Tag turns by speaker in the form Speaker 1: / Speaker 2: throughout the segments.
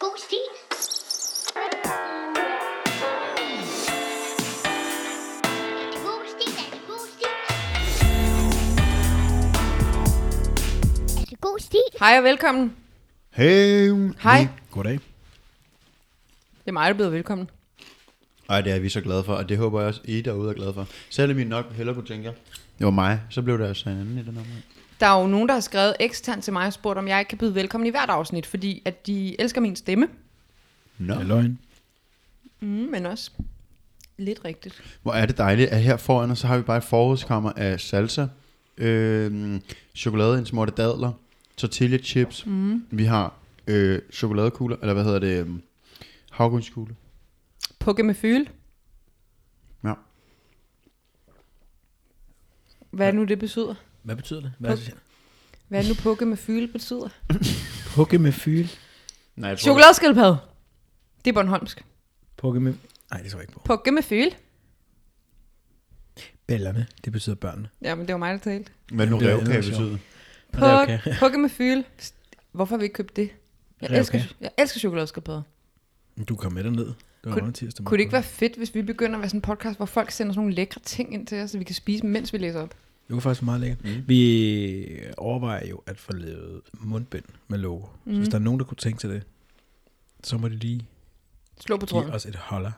Speaker 1: Boosty. God stil.
Speaker 2: Hej og velkommen.
Speaker 3: Hey.
Speaker 2: Hej.
Speaker 3: Goddag.
Speaker 2: Det er mig, der er blevet velkommen.
Speaker 3: Ej, det er vi så glade for, og det håber jeg også, I derude er glade for. Selvom I nok hellere kunne tænke jer, det var mig, så blev der altså en anden i den omgang.
Speaker 2: Der er jo nogen, der har skrevet ekstern til mig og spurgt, om jeg ikke kan byde velkommen i hvert afsnit, fordi at de elsker min stemme,
Speaker 3: Nå,
Speaker 4: Det er løgn.
Speaker 2: mm, men også lidt rigtigt.
Speaker 3: hvor er det dejligt, at her foran os, så har vi bare et forrådskammer af salsa, øh, chokolade, en smorte dadler, tortilla chips, mm. vi har øh, chokoladekugler, eller hvad hedder det, øhm, havgrynskugler.
Speaker 2: Pukke med fyl.
Speaker 3: Ja.
Speaker 2: Hvad er det nu, det betyder?
Speaker 4: Hvad betyder det? Hvad
Speaker 2: Puk- Hvad er det nu, pukke med fyl betyder?
Speaker 4: Pukke med fyl.
Speaker 3: Nej, jeg tror,
Speaker 2: Chokoladeskildpadde. Det er Bornholmsk.
Speaker 4: Pukke med... Nej, det tror jeg ikke på.
Speaker 2: Pukke med fyl.
Speaker 4: Bellerne, det betyder børnene.
Speaker 2: Jamen, det var mig, der talte.
Speaker 3: Hvad nu
Speaker 4: Det er- det
Speaker 3: revkage
Speaker 4: er sjovt.
Speaker 3: betyder.
Speaker 4: Ja, det er okay.
Speaker 2: Puk- Pukke med fyl. Hvorfor har vi ikke købt det? Jeg
Speaker 4: Det er
Speaker 2: elsker,
Speaker 4: okay. Mm,
Speaker 2: jeg elsker chokoladeskildpadder.
Speaker 4: Du kom med derned. Det var
Speaker 2: Kunne-
Speaker 4: under tirsdag.
Speaker 2: Kunne det ikke være fedt, hvis vi begynder at være sådan en podcast, hvor folk sender sådan nogle lækre ting ind til os, så vi kan spise dem, mens vi læser op?
Speaker 4: Det var faktisk meget lækkert. Mm. Vi overvejer jo at få lavet mundbind med logo. Mm. Så hvis der er nogen, der kunne tænke til det, så må de lige
Speaker 2: Slå på
Speaker 4: give
Speaker 2: tråden.
Speaker 4: os et holder.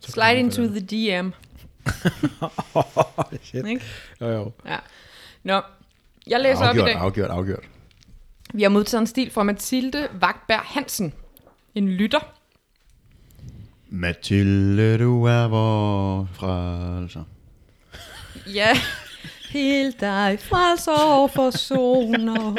Speaker 4: Så
Speaker 2: Slide
Speaker 4: kan vi få
Speaker 2: into
Speaker 4: lavet
Speaker 2: the DM.
Speaker 4: det. Shit.
Speaker 2: Ikke?
Speaker 4: Jo, jo.
Speaker 2: Ja. Nå, jeg læser op i
Speaker 3: Afgjort,
Speaker 2: dag.
Speaker 3: afgjort, afgjort.
Speaker 2: Vi har modtaget en stil fra Mathilde Vagtberg Hansen. En lytter.
Speaker 3: Mathilde, du er vor frelser.
Speaker 2: Ja. Helt dig fra sorg for soner.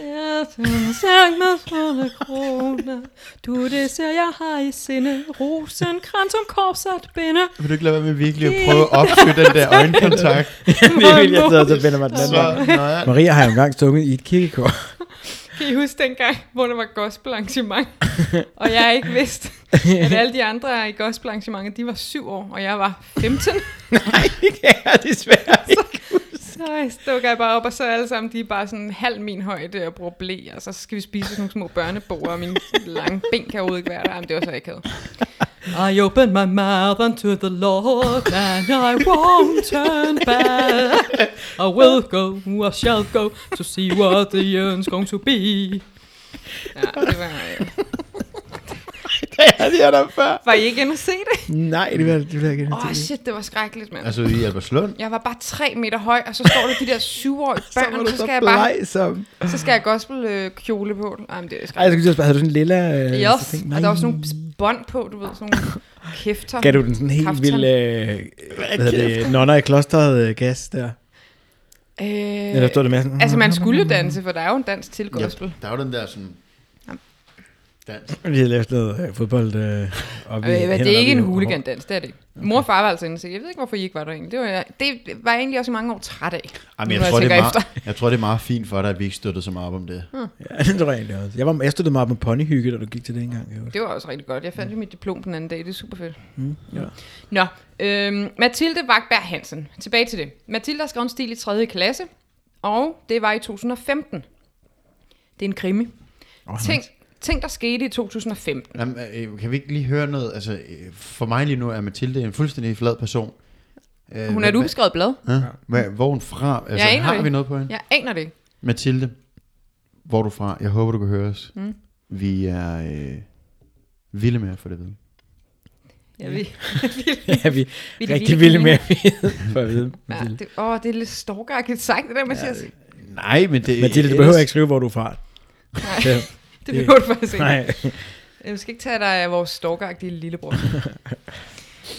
Speaker 2: Ja, den sang med sorte kroner. Du, det ser jeg har i sinde. Rosen, krans om korsat binde.
Speaker 3: Vil du ikke lade være med virkelig at prøve at opsøge den der øjenkontakt?
Speaker 4: det er virkelig, jeg sidder og så vender mig den anden
Speaker 3: Så,
Speaker 4: vej.
Speaker 3: nej.
Speaker 4: Maria har jo engang sunget i et kirkekor.
Speaker 2: Kan I huske dengang, hvor der var gospelarrangement, og jeg ikke vidste, at alle de andre i gospelarrangementet, de var syv år, og jeg var 15.
Speaker 4: ja, desværre.
Speaker 2: Så stukker jeg bare op, og så er alle sammen, de er bare sådan halv min højde og bruger blæ, og så skal vi spise sådan nogle små børnebord, og min lange ben kan overhovedet ikke være der. Jamen, det var så akavet. I open my mouth unto the Lord, and I won't turn back. I will go, I shall go, to see what the end's going to be. Ja, det var... øh,
Speaker 4: Ja, det er der før.
Speaker 2: Var I ikke inde og se det?
Speaker 4: Nej, det vil, det vil jeg ikke.
Speaker 2: Åh, oh, shit, det var skrækkeligt, mand.
Speaker 3: Altså i Albertslund?
Speaker 2: Jeg var bare tre meter høj, og så står der de der syvårige børn, og så skal jeg bare
Speaker 4: som...
Speaker 2: Så skal jeg gospel øh, kjole på. Ej, men det er
Speaker 4: Ej,
Speaker 2: skrækkeligt.
Speaker 4: jeg skulle sige, havde du sådan en lilla... Øh,
Speaker 2: Yes.
Speaker 4: så tænkte,
Speaker 2: Og der var sådan
Speaker 4: nej.
Speaker 2: nogle bånd på, du ved, sådan nogle kæfter.
Speaker 4: Gav du den sådan helt
Speaker 2: Kaftan.
Speaker 4: vild... Øh, hvad hedder det? Nonner i klosteret øh, gas der.
Speaker 2: Øh,
Speaker 4: Eller stod det med sådan...
Speaker 2: altså, man skulle danse, for der er jo en dans til gospel.
Speaker 3: der er jo den der sådan... Dans.
Speaker 4: Vi havde lavet noget øh, fodbold... Øh, op i,
Speaker 2: Øh, hvad, det
Speaker 4: hænderne
Speaker 2: er ikke
Speaker 4: op i
Speaker 2: en
Speaker 4: hovedet.
Speaker 2: huligandans, det er det ikke. Mor og far var altså inde og se. Jeg ved ikke, hvorfor I ikke var der egentlig. Det var, jeg, det var jeg egentlig også i mange år træt af.
Speaker 3: Jamen,
Speaker 2: nu,
Speaker 3: jeg,
Speaker 2: når
Speaker 3: tror, det er
Speaker 2: tænker efter. Mm.
Speaker 3: meget, jeg tror, det er meget fint for dig, at vi ikke støttede så meget op om det.
Speaker 4: Ja, det tror jeg egentlig også. Jeg, var, jeg stod meget op med ponyhygge, da du gik til det engang. Jeg
Speaker 2: Det var også rigtig godt. Jeg fandt jo mit diplom den anden dag. Det er super fedt.
Speaker 4: mm, ja.
Speaker 2: Nå, øhm, Mathilde Vagberg Hansen. Tilbage til det. Mathilde har skrevet en stil i 3. klasse, og det var i 2015. Det er en krimi.
Speaker 4: Oh,
Speaker 2: Ting, ting, der skete i 2015.
Speaker 3: Jamen, øh, kan vi ikke lige høre noget? Altså, øh, for mig lige nu er Mathilde en fuldstændig flad person. Øh,
Speaker 2: Hun er et
Speaker 3: hvad-
Speaker 2: ubeskrevet blad.
Speaker 3: Hæ? Hvad, hvor er hun fra? Altså,
Speaker 2: Jeg aner
Speaker 3: har
Speaker 2: det
Speaker 3: vi noget på hende?
Speaker 2: Jeg aner det ikke.
Speaker 3: Mathilde, hvor er du fra? Jeg håber, du kan høre os. Mm. Vi er øh, vilde med at få det at vide.
Speaker 2: Jeg ved.
Speaker 4: ja, vi
Speaker 2: Vi er
Speaker 4: er
Speaker 2: de
Speaker 4: rigtig
Speaker 2: vilde
Speaker 4: vilde med
Speaker 2: kaniner.
Speaker 4: at vide, for at vide.
Speaker 2: Ja,
Speaker 4: Mathilde.
Speaker 2: det, åh, det er lidt stalkeragtigt sagt, det der, man ja, siger. Det,
Speaker 3: Nej, men det...
Speaker 4: Mathilde, du behøver ikke skrive, hvor du er fra.
Speaker 2: Nej,
Speaker 4: Ja,
Speaker 2: det behøver du faktisk ikke.
Speaker 4: Nej.
Speaker 2: Jeg skal ikke tage dig af vores stalkeragtige lillebror.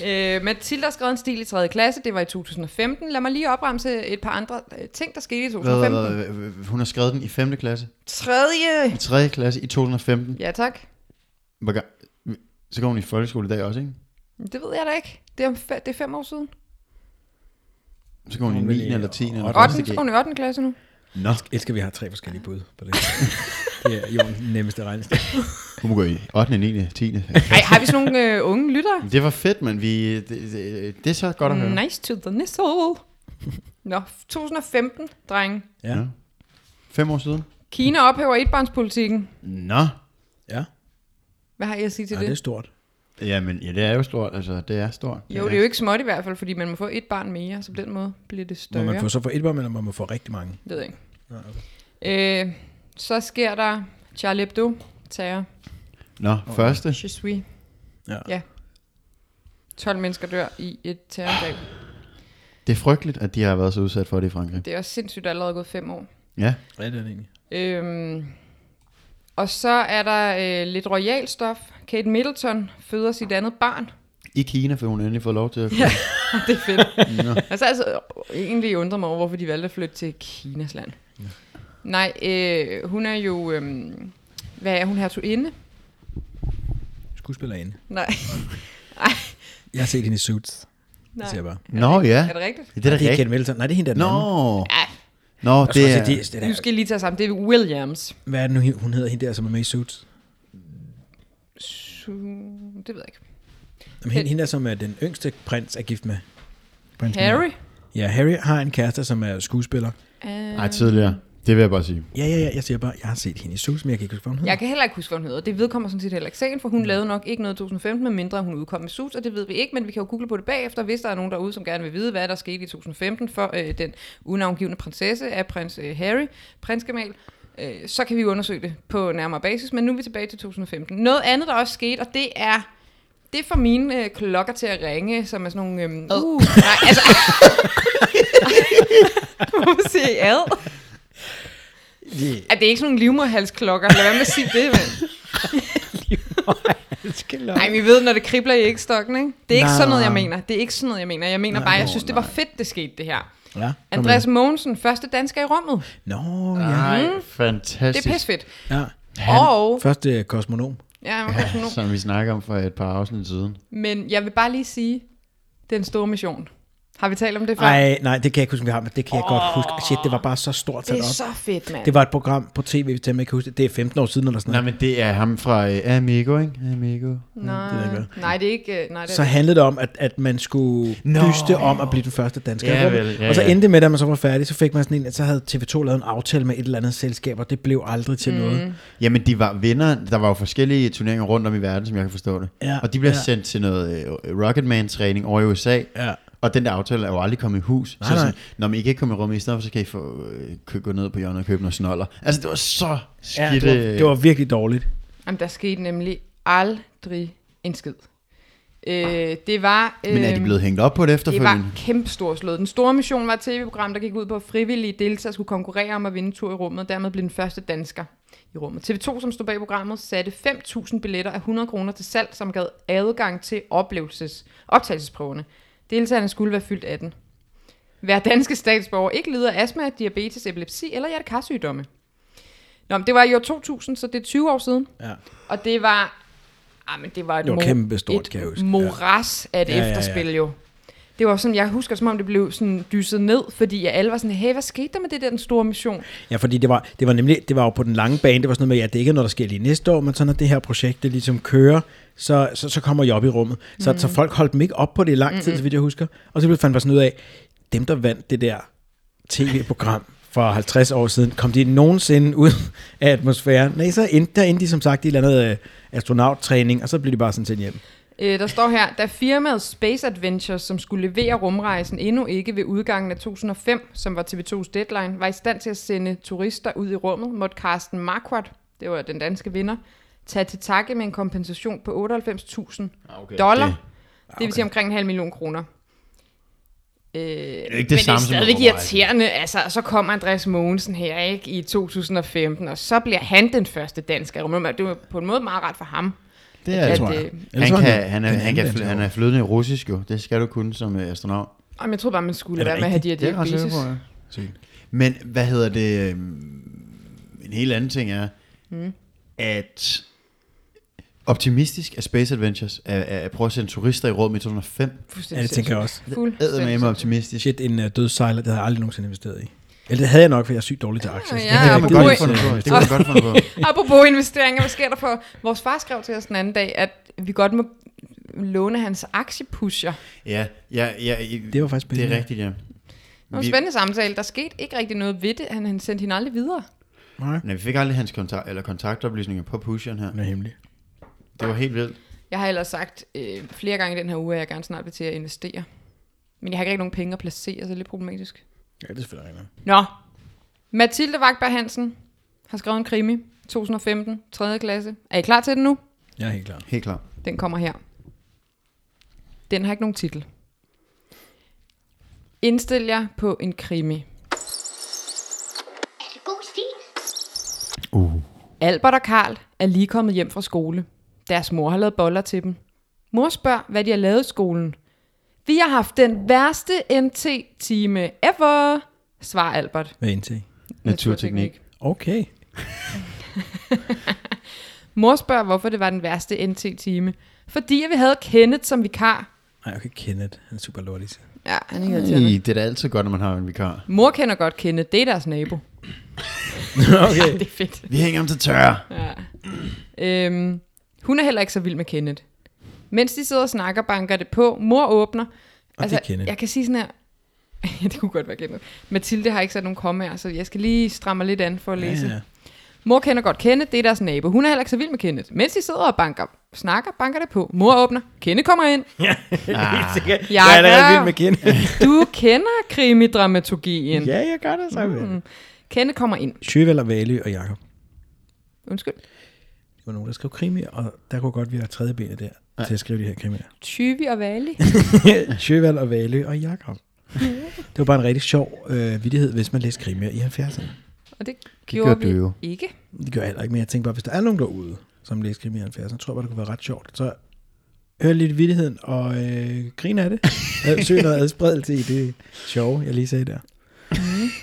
Speaker 2: øh, Mathilde har skrevet en stil i 3. klasse, det var i 2015. Lad mig lige opremse et par andre øh, ting, der skete i
Speaker 3: Hvad,
Speaker 2: 2015.
Speaker 3: hvad, hvad, hvad, øh, hun har skrevet den i 5. klasse.
Speaker 2: Tredje.
Speaker 3: I 3. klasse i 2015.
Speaker 2: Ja, tak.
Speaker 3: Hvor ga- Så går hun i folkeskole i dag også, ikke?
Speaker 2: Det ved jeg da ikke. Det er, om fe- det er fem år siden.
Speaker 3: Så går hun i
Speaker 4: Hun vil
Speaker 3: 9.
Speaker 4: i
Speaker 3: eller 10. eller
Speaker 2: 8.
Speaker 3: 1. G.
Speaker 2: Hun er i 8. klasse nu.
Speaker 3: Nå,
Speaker 4: Elsker, vi har tre forskellige bud på det. Det er jordens nemmeste regnestil.
Speaker 3: hun må gå i 8. 9. 10.
Speaker 2: Ej, har vi sådan nogle øh, unge lyttere?
Speaker 3: det var fedt, men vi, det, det, det er så godt at høre.
Speaker 2: Nice to the nizzle. Nå, 2015, dreng.
Speaker 4: Ja.
Speaker 3: Fem år siden.
Speaker 2: Kina ophæver etbarnspolitikken.
Speaker 3: Nå.
Speaker 4: Ja,
Speaker 2: Hvad har I at sige til
Speaker 4: ja
Speaker 2: det?
Speaker 4: det er stort.
Speaker 3: Jamen, ja, det er jo stort. Altså, det er stort.
Speaker 2: Jo, det er jo ikke småt i hvert fald, fordi man må få et barn mere, så på den måde bliver det
Speaker 4: Må
Speaker 2: større.
Speaker 4: man få så for et barn, eller må man få rigtig mange?
Speaker 2: Det ved jeg ikke. Øh, så sker der Charlie Hebdo, terror,
Speaker 3: Nå, første.
Speaker 2: je suis.
Speaker 4: Ja.
Speaker 2: ja. 12 mennesker dør i et terrorangreb.
Speaker 3: Det er frygteligt, at de har været så udsat for det i Frankrig.
Speaker 2: Det er også sindssygt, der er allerede gået fem år.
Speaker 3: Ja.
Speaker 4: Ja, det er det egentlig.
Speaker 2: Øhm, og så er der øh, lidt royal stof. Kate Middleton føder sit andet barn.
Speaker 3: I Kina får hun endelig fået lov til at...
Speaker 2: Ja. det er fedt. altså, altså, egentlig undrer mig over, hvorfor de valgte at flytte til Kinas land. Nej, øh, hun er jo... Øh, hvad er hun? Hertuginde?
Speaker 4: Skuespillerinde.
Speaker 2: Nej.
Speaker 4: Jeg har set hende i Suits. Nej. Det
Speaker 2: Nej.
Speaker 4: siger jeg bare.
Speaker 3: Nå, ja.
Speaker 2: Er det rigtigt?
Speaker 3: Det er da
Speaker 4: det er Ken
Speaker 3: rigtigt.
Speaker 4: Middleton. Nej, det er hende, der er den
Speaker 3: Nå.
Speaker 4: anden.
Speaker 2: Ja,
Speaker 3: Nå,
Speaker 4: Jeg
Speaker 3: det
Speaker 4: skulle også
Speaker 3: er...
Speaker 4: sige, det, det
Speaker 2: nu
Speaker 4: der,
Speaker 2: skal I lige tage sammen. Det er Williams.
Speaker 4: hvad er det nu, hun- hun hedder, hende der, som er med i Suits?
Speaker 2: Su- Det ved jeg ikke.
Speaker 4: Jamen, hende, hende der, som er den yngste prins, er gift med. Prins
Speaker 2: Harry?
Speaker 4: Ja, Harry har en kæreste, som er skuespiller.
Speaker 2: Uh,
Speaker 3: Nej, tidligere. Det vil jeg bare
Speaker 2: Mhm.
Speaker 3: sige.
Speaker 4: Ja, ja, ja, jeg siger bare, jeg har set hende i Suits, men jeg kan ikke huske, hvad hun hedder.
Speaker 2: jeg kan heller ikke huske, hvad hun hedder. Det vedkommer sådan set heller ikke sagen, for hun lavede nok ikke noget i 2015, med mindre hun udkom med Suits, og det ved vi ikke, men vi kan jo google på det bagefter, hvis der er nogen derude, som gerne vil vide, hvad der skete i 2015 for øh, den unavngivende prinsesse af prins øh, Harry, prinsgemal. Øh, så kan vi jo undersøge det på nærmere basis, men nu er vi tilbage til 2015. Noget andet, der også skete, og det er... Det får mine øh, klokker til at ringe, som er sådan nogle... Øhm, uh, nej, altså... Hvorfor siger I ad?
Speaker 4: Yeah.
Speaker 2: Er det ikke sådan nogle livmorhalsklokker? Lad være med at sige det, mand. Nej, vi ved, når det kribler i ægstokken, ikke? Det er ikke
Speaker 4: Nej.
Speaker 2: sådan noget, jeg mener. Det er ikke sådan noget, jeg mener. Jeg mener
Speaker 4: Nej,
Speaker 2: bare, jeg
Speaker 4: åh,
Speaker 2: synes, det var fedt, det skete, det her.
Speaker 4: Ja.
Speaker 2: Andreas Mogensen, første dansker i rummet.
Speaker 4: Nå, ja.
Speaker 3: Nej,
Speaker 2: Det
Speaker 3: fantastisk.
Speaker 2: er pissfedt.
Speaker 4: ja.
Speaker 2: Og,
Speaker 4: Første øh, kosmonom.
Speaker 2: ja, jeg var kosmonom.
Speaker 3: Som vi snakker om for et par afsnit siden.
Speaker 2: men jeg vil bare lige sige, den store mission. Har vi talt om det før?
Speaker 4: Nej, nej, det kan jeg ikke huske, vi har, men det kan jeg oh. godt huske. Shit, det var bare så stort
Speaker 2: det
Speaker 4: sat
Speaker 2: er
Speaker 4: op.
Speaker 2: så fedt, mand.
Speaker 4: Det var et program på tv, hvis jeg ikke kan huske det. Det er 15 år siden, eller sådan
Speaker 3: Nej,
Speaker 4: noget.
Speaker 3: men det er ham fra øh, Amigo, ikke? Amigo.
Speaker 2: nej,
Speaker 4: ved jeg
Speaker 2: det
Speaker 4: ikke,
Speaker 2: er nej, det er ikke... øh, Nej, det er
Speaker 4: Så handlede det om, at, at man skulle
Speaker 3: Nå.
Speaker 4: dyste om at blive den første dansker. i
Speaker 3: Ja,
Speaker 4: rummet.
Speaker 3: vel, ja,
Speaker 4: og så
Speaker 3: ja.
Speaker 4: endte det med, at man så var færdig, så fik man sådan en, at så havde TV2 lavet en aftale med et eller andet selskab, og det blev aldrig til mm. noget.
Speaker 3: Jamen, de var venner. Der var jo forskellige turneringer rundt om i verden, som jeg kan forstå det.
Speaker 4: Ja,
Speaker 3: og de bliver
Speaker 4: ja.
Speaker 3: sendt til noget øh, Rocketman-træning over i USA.
Speaker 4: Ja.
Speaker 3: Og den der aftale er jo aldrig kommet i hus.
Speaker 4: Nej,
Speaker 3: så
Speaker 4: nej.
Speaker 3: sådan, når man ikke kan komme i rummet, i stedet for, så kan I få, øh, kø- gå ned på hjørnet og købe noget snoller. Altså, det var så
Speaker 4: Ja,
Speaker 3: skidt. øh.
Speaker 4: det, var, det var virkelig dårligt.
Speaker 2: Jamen, der skete nemlig aldrig en skid. Øh, det var... Øh,
Speaker 3: Men er de blevet hængt op på det
Speaker 2: Det
Speaker 3: efterfølgende?
Speaker 2: var kæmpe storslået. Den store mission var et tv-program, der gik ud på, at frivillige deltagere skulle konkurrere om at vinde en tur i rummet, og dermed blive den første dansker i rummet. TV2, som stod bag programmet, satte 5.000 billetter af 100 kroner til salg, som gav adgang til oplevelses optagelsesprøverne. Deltagerne skulle være fyldt 18. Hver danske statsborger ikke lider af astma, diabetes, epilepsi eller hjertekarsygdomme. Nå, men det var i år 2000, så det er 20 år siden.
Speaker 4: Ja.
Speaker 2: Og det var... Ah, men det var et,
Speaker 4: Det var
Speaker 2: mo-
Speaker 4: kæmpestort,
Speaker 2: et
Speaker 4: kan jeg huske. Ja.
Speaker 2: moras af et
Speaker 4: Ja, ja, ja.
Speaker 2: efterspil jo. Det var sådan, jeg husker, som om det blev sådan dyset ned, fordi jeg alle var sådan, hey, hvad skete der med det der den store mission?
Speaker 4: Ja, fordi det var, det var nemlig, det var jo på den lange bane, det var sådan noget med, ja, det er ikke noget, der sker lige næste år, men så når det her projekt, det ligesom kører, så, så, så kommer jeg op i rummet. Så, mm. så folk holdt dem ikke op på det i lang tid, så vidt jeg husker. Og så blev fandt bare sådan ud af, dem der vandt det der tv-program for 50 år siden, kom de nogensinde ud af atmosfæren? Nej, så endte, der endte de som sagt i et eller andet øh, astronauttræning, og så blev de bare sådan sendt hjem.
Speaker 2: Øh, der står her, da firmaet Space Adventures, som skulle levere rumrejsen endnu ikke ved udgangen af 2005, som var TV2's deadline, var i stand til at sende turister ud i rummet, måtte Carsten Marquardt, det var den danske vinder, tage til takke med en kompensation på 98.000
Speaker 3: Ah,
Speaker 2: okay, dollar, det, det vil sige omkring en halv million kroner. Øh, det
Speaker 3: det
Speaker 2: men
Speaker 3: samme som
Speaker 2: det er stadigvæk
Speaker 3: overrejsen.
Speaker 2: irriterende. Altså, og så kommer Andreas Mogensen her ikke i 2015, og så bliver han den første dansker. i rummet. Det var på en måde meget rart for ham.
Speaker 3: det er
Speaker 2: at,
Speaker 3: det.
Speaker 4: tror jeg.
Speaker 2: øh,
Speaker 4: Ellers
Speaker 3: Han,
Speaker 4: var
Speaker 3: kan, han, er,
Speaker 4: den
Speaker 3: han, kan,
Speaker 4: anden
Speaker 3: fl-
Speaker 4: dansker.
Speaker 3: han er flydende i russisk jo. Det skal du kunne som øh, astronaut.
Speaker 2: Jamen, jeg troede bare, man skulle
Speaker 4: Er
Speaker 2: lade
Speaker 4: det
Speaker 2: være med at have de her
Speaker 3: Det er jeg ret sikker
Speaker 2: diabetes.
Speaker 3: på, ja. Men hvad hedder det? øhm, En helt anden ting er, mm. at optimistisk af Space Adventures, at, at prøve at sende turister i rum i 2005,
Speaker 4: Ja, det tænker jeg også.
Speaker 3: æder med optimistisk.
Speaker 4: Shit, en øh, død sejler, det havde jeg aldrig nogensinde investeret i. Eller det havde jeg nok, for jeg er sygt dårlig til aktier. så
Speaker 2: Ja,
Speaker 4: det havde jeg
Speaker 2: ja,
Speaker 3: Det
Speaker 4: ikke
Speaker 3: kunne
Speaker 4: øh,
Speaker 2: men
Speaker 4: givet
Speaker 3: man
Speaker 2: god-
Speaker 3: godt finde på. Det kunne
Speaker 4: til-
Speaker 3: man godt finde på.
Speaker 2: Apropos investeringer, hvad sker der for... Vores far skrev til os den anden dag, at vi godt må låne hans aktiepusher.
Speaker 3: Ja, ja, ja, i,
Speaker 4: Det var faktisk
Speaker 3: det er
Speaker 4: spændende.
Speaker 3: rigtigt, ja.
Speaker 2: Nogle
Speaker 3: Vi-
Speaker 2: spændende samtale. Der skete ikke rigtig noget ved det. Han, han sendte hende aldrig videre.
Speaker 4: Nej.
Speaker 3: Men vi fik aldrig hans kontakt, eller kontaktoplysninger på pusheren her.
Speaker 4: Den er hemmelig.
Speaker 3: Det var helt vildt.
Speaker 2: Jeg har ellers sagt øh, flere gange i den her uge, at jeg gerne snart vil til at investere. Men jeg har ikke rigtig nogen penge at placere, så det er lidt problematisk.
Speaker 4: Ja, det er selvfølgelig rigtigt.
Speaker 2: Nå. Mathilde Vagberg Hansen har skrevet en krimi. 2015, 3. klasse. Er I klar til den nu?
Speaker 4: Jeg er helt klar.
Speaker 3: Helt klart.
Speaker 2: Den kommer her. Den har ikke nogen titel. Indstil jer på en krimi.
Speaker 1: Er det god stil?
Speaker 3: Uh,
Speaker 2: Albert og Karl er lige kommet hjem fra skole. Deres mor har lavet boller til dem. Mor spørger, hvad de har lavet i skolen. Vi har haft den værste NT-time ever, svarer Albert.
Speaker 4: Hvad er til?
Speaker 3: Naturteknik.
Speaker 4: Okay.
Speaker 2: Mor spørger, hvorfor det var den værste NT-time. Fordi at vi havde Kenneth som vikar.
Speaker 4: Nej, jeg kan ikke kende det. Han er super lortig.
Speaker 2: Ja, han er
Speaker 3: I,
Speaker 2: irriterende.
Speaker 3: det er da altid godt, når man har en vikar.
Speaker 2: Mor kender godt Kenneth, det er deres nabo.
Speaker 4: okay.
Speaker 2: Det er fedt.
Speaker 3: Vi hænger ham til tørre.
Speaker 2: Øhm, hun er heller ikke så vild med Kenneth. Mens de sidder og snakker, banker det på. Mor åbner. Altså,
Speaker 4: Og det er Kenneth.
Speaker 2: Jeg kan sige sådan her. ja, det kunne godt være Kenneth. Mathilde har ikke sat nogen kommaer, så jeg skal lige stramme mig lidt an for at læse.
Speaker 4: Ja, ja.
Speaker 2: Mor kender godt Kenneth, det er deres nabo. Hun er heller ikke så vild med Kenneth. Mens de sidder og banker, snakker, banker det på. Mor åbner. Kenneth kommer ind.
Speaker 4: Helt sikkert.
Speaker 2: Jeg
Speaker 4: Jeg er allerede
Speaker 2: er-
Speaker 4: vild med Kenneth.
Speaker 2: Du kender krimidramaturgien. Hmm.
Speaker 4: ja, jeg gør det så. Mm.
Speaker 2: Kenneth kommer ind.
Speaker 4: Sjøvald og Valø og Jakob.
Speaker 2: Undskyld.
Speaker 4: Det var nogen, der skrev krimi, og der kunne godt vi have tredje benet der til at skrive de her krimier.
Speaker 2: Tyvi og Vali.
Speaker 4: Sjøvald og Valø og Jakob. det var bare en rigtig sjov øh, vittighed, hvis man læste krimier i 70'erne.
Speaker 2: Og det
Speaker 3: gør
Speaker 2: gjorde vi
Speaker 3: du jo.
Speaker 2: ikke.
Speaker 4: Det gør jeg heller ikke, men jeg tænkte bare, hvis der er nogen derude, som læser krimi i 70'erne, tror jeg bare, det kunne være ret sjovt. Så hør lidt vittigheden og øh, grin af det. Øh, Søg noget adspredelse i det sjove, jeg lige sagde der.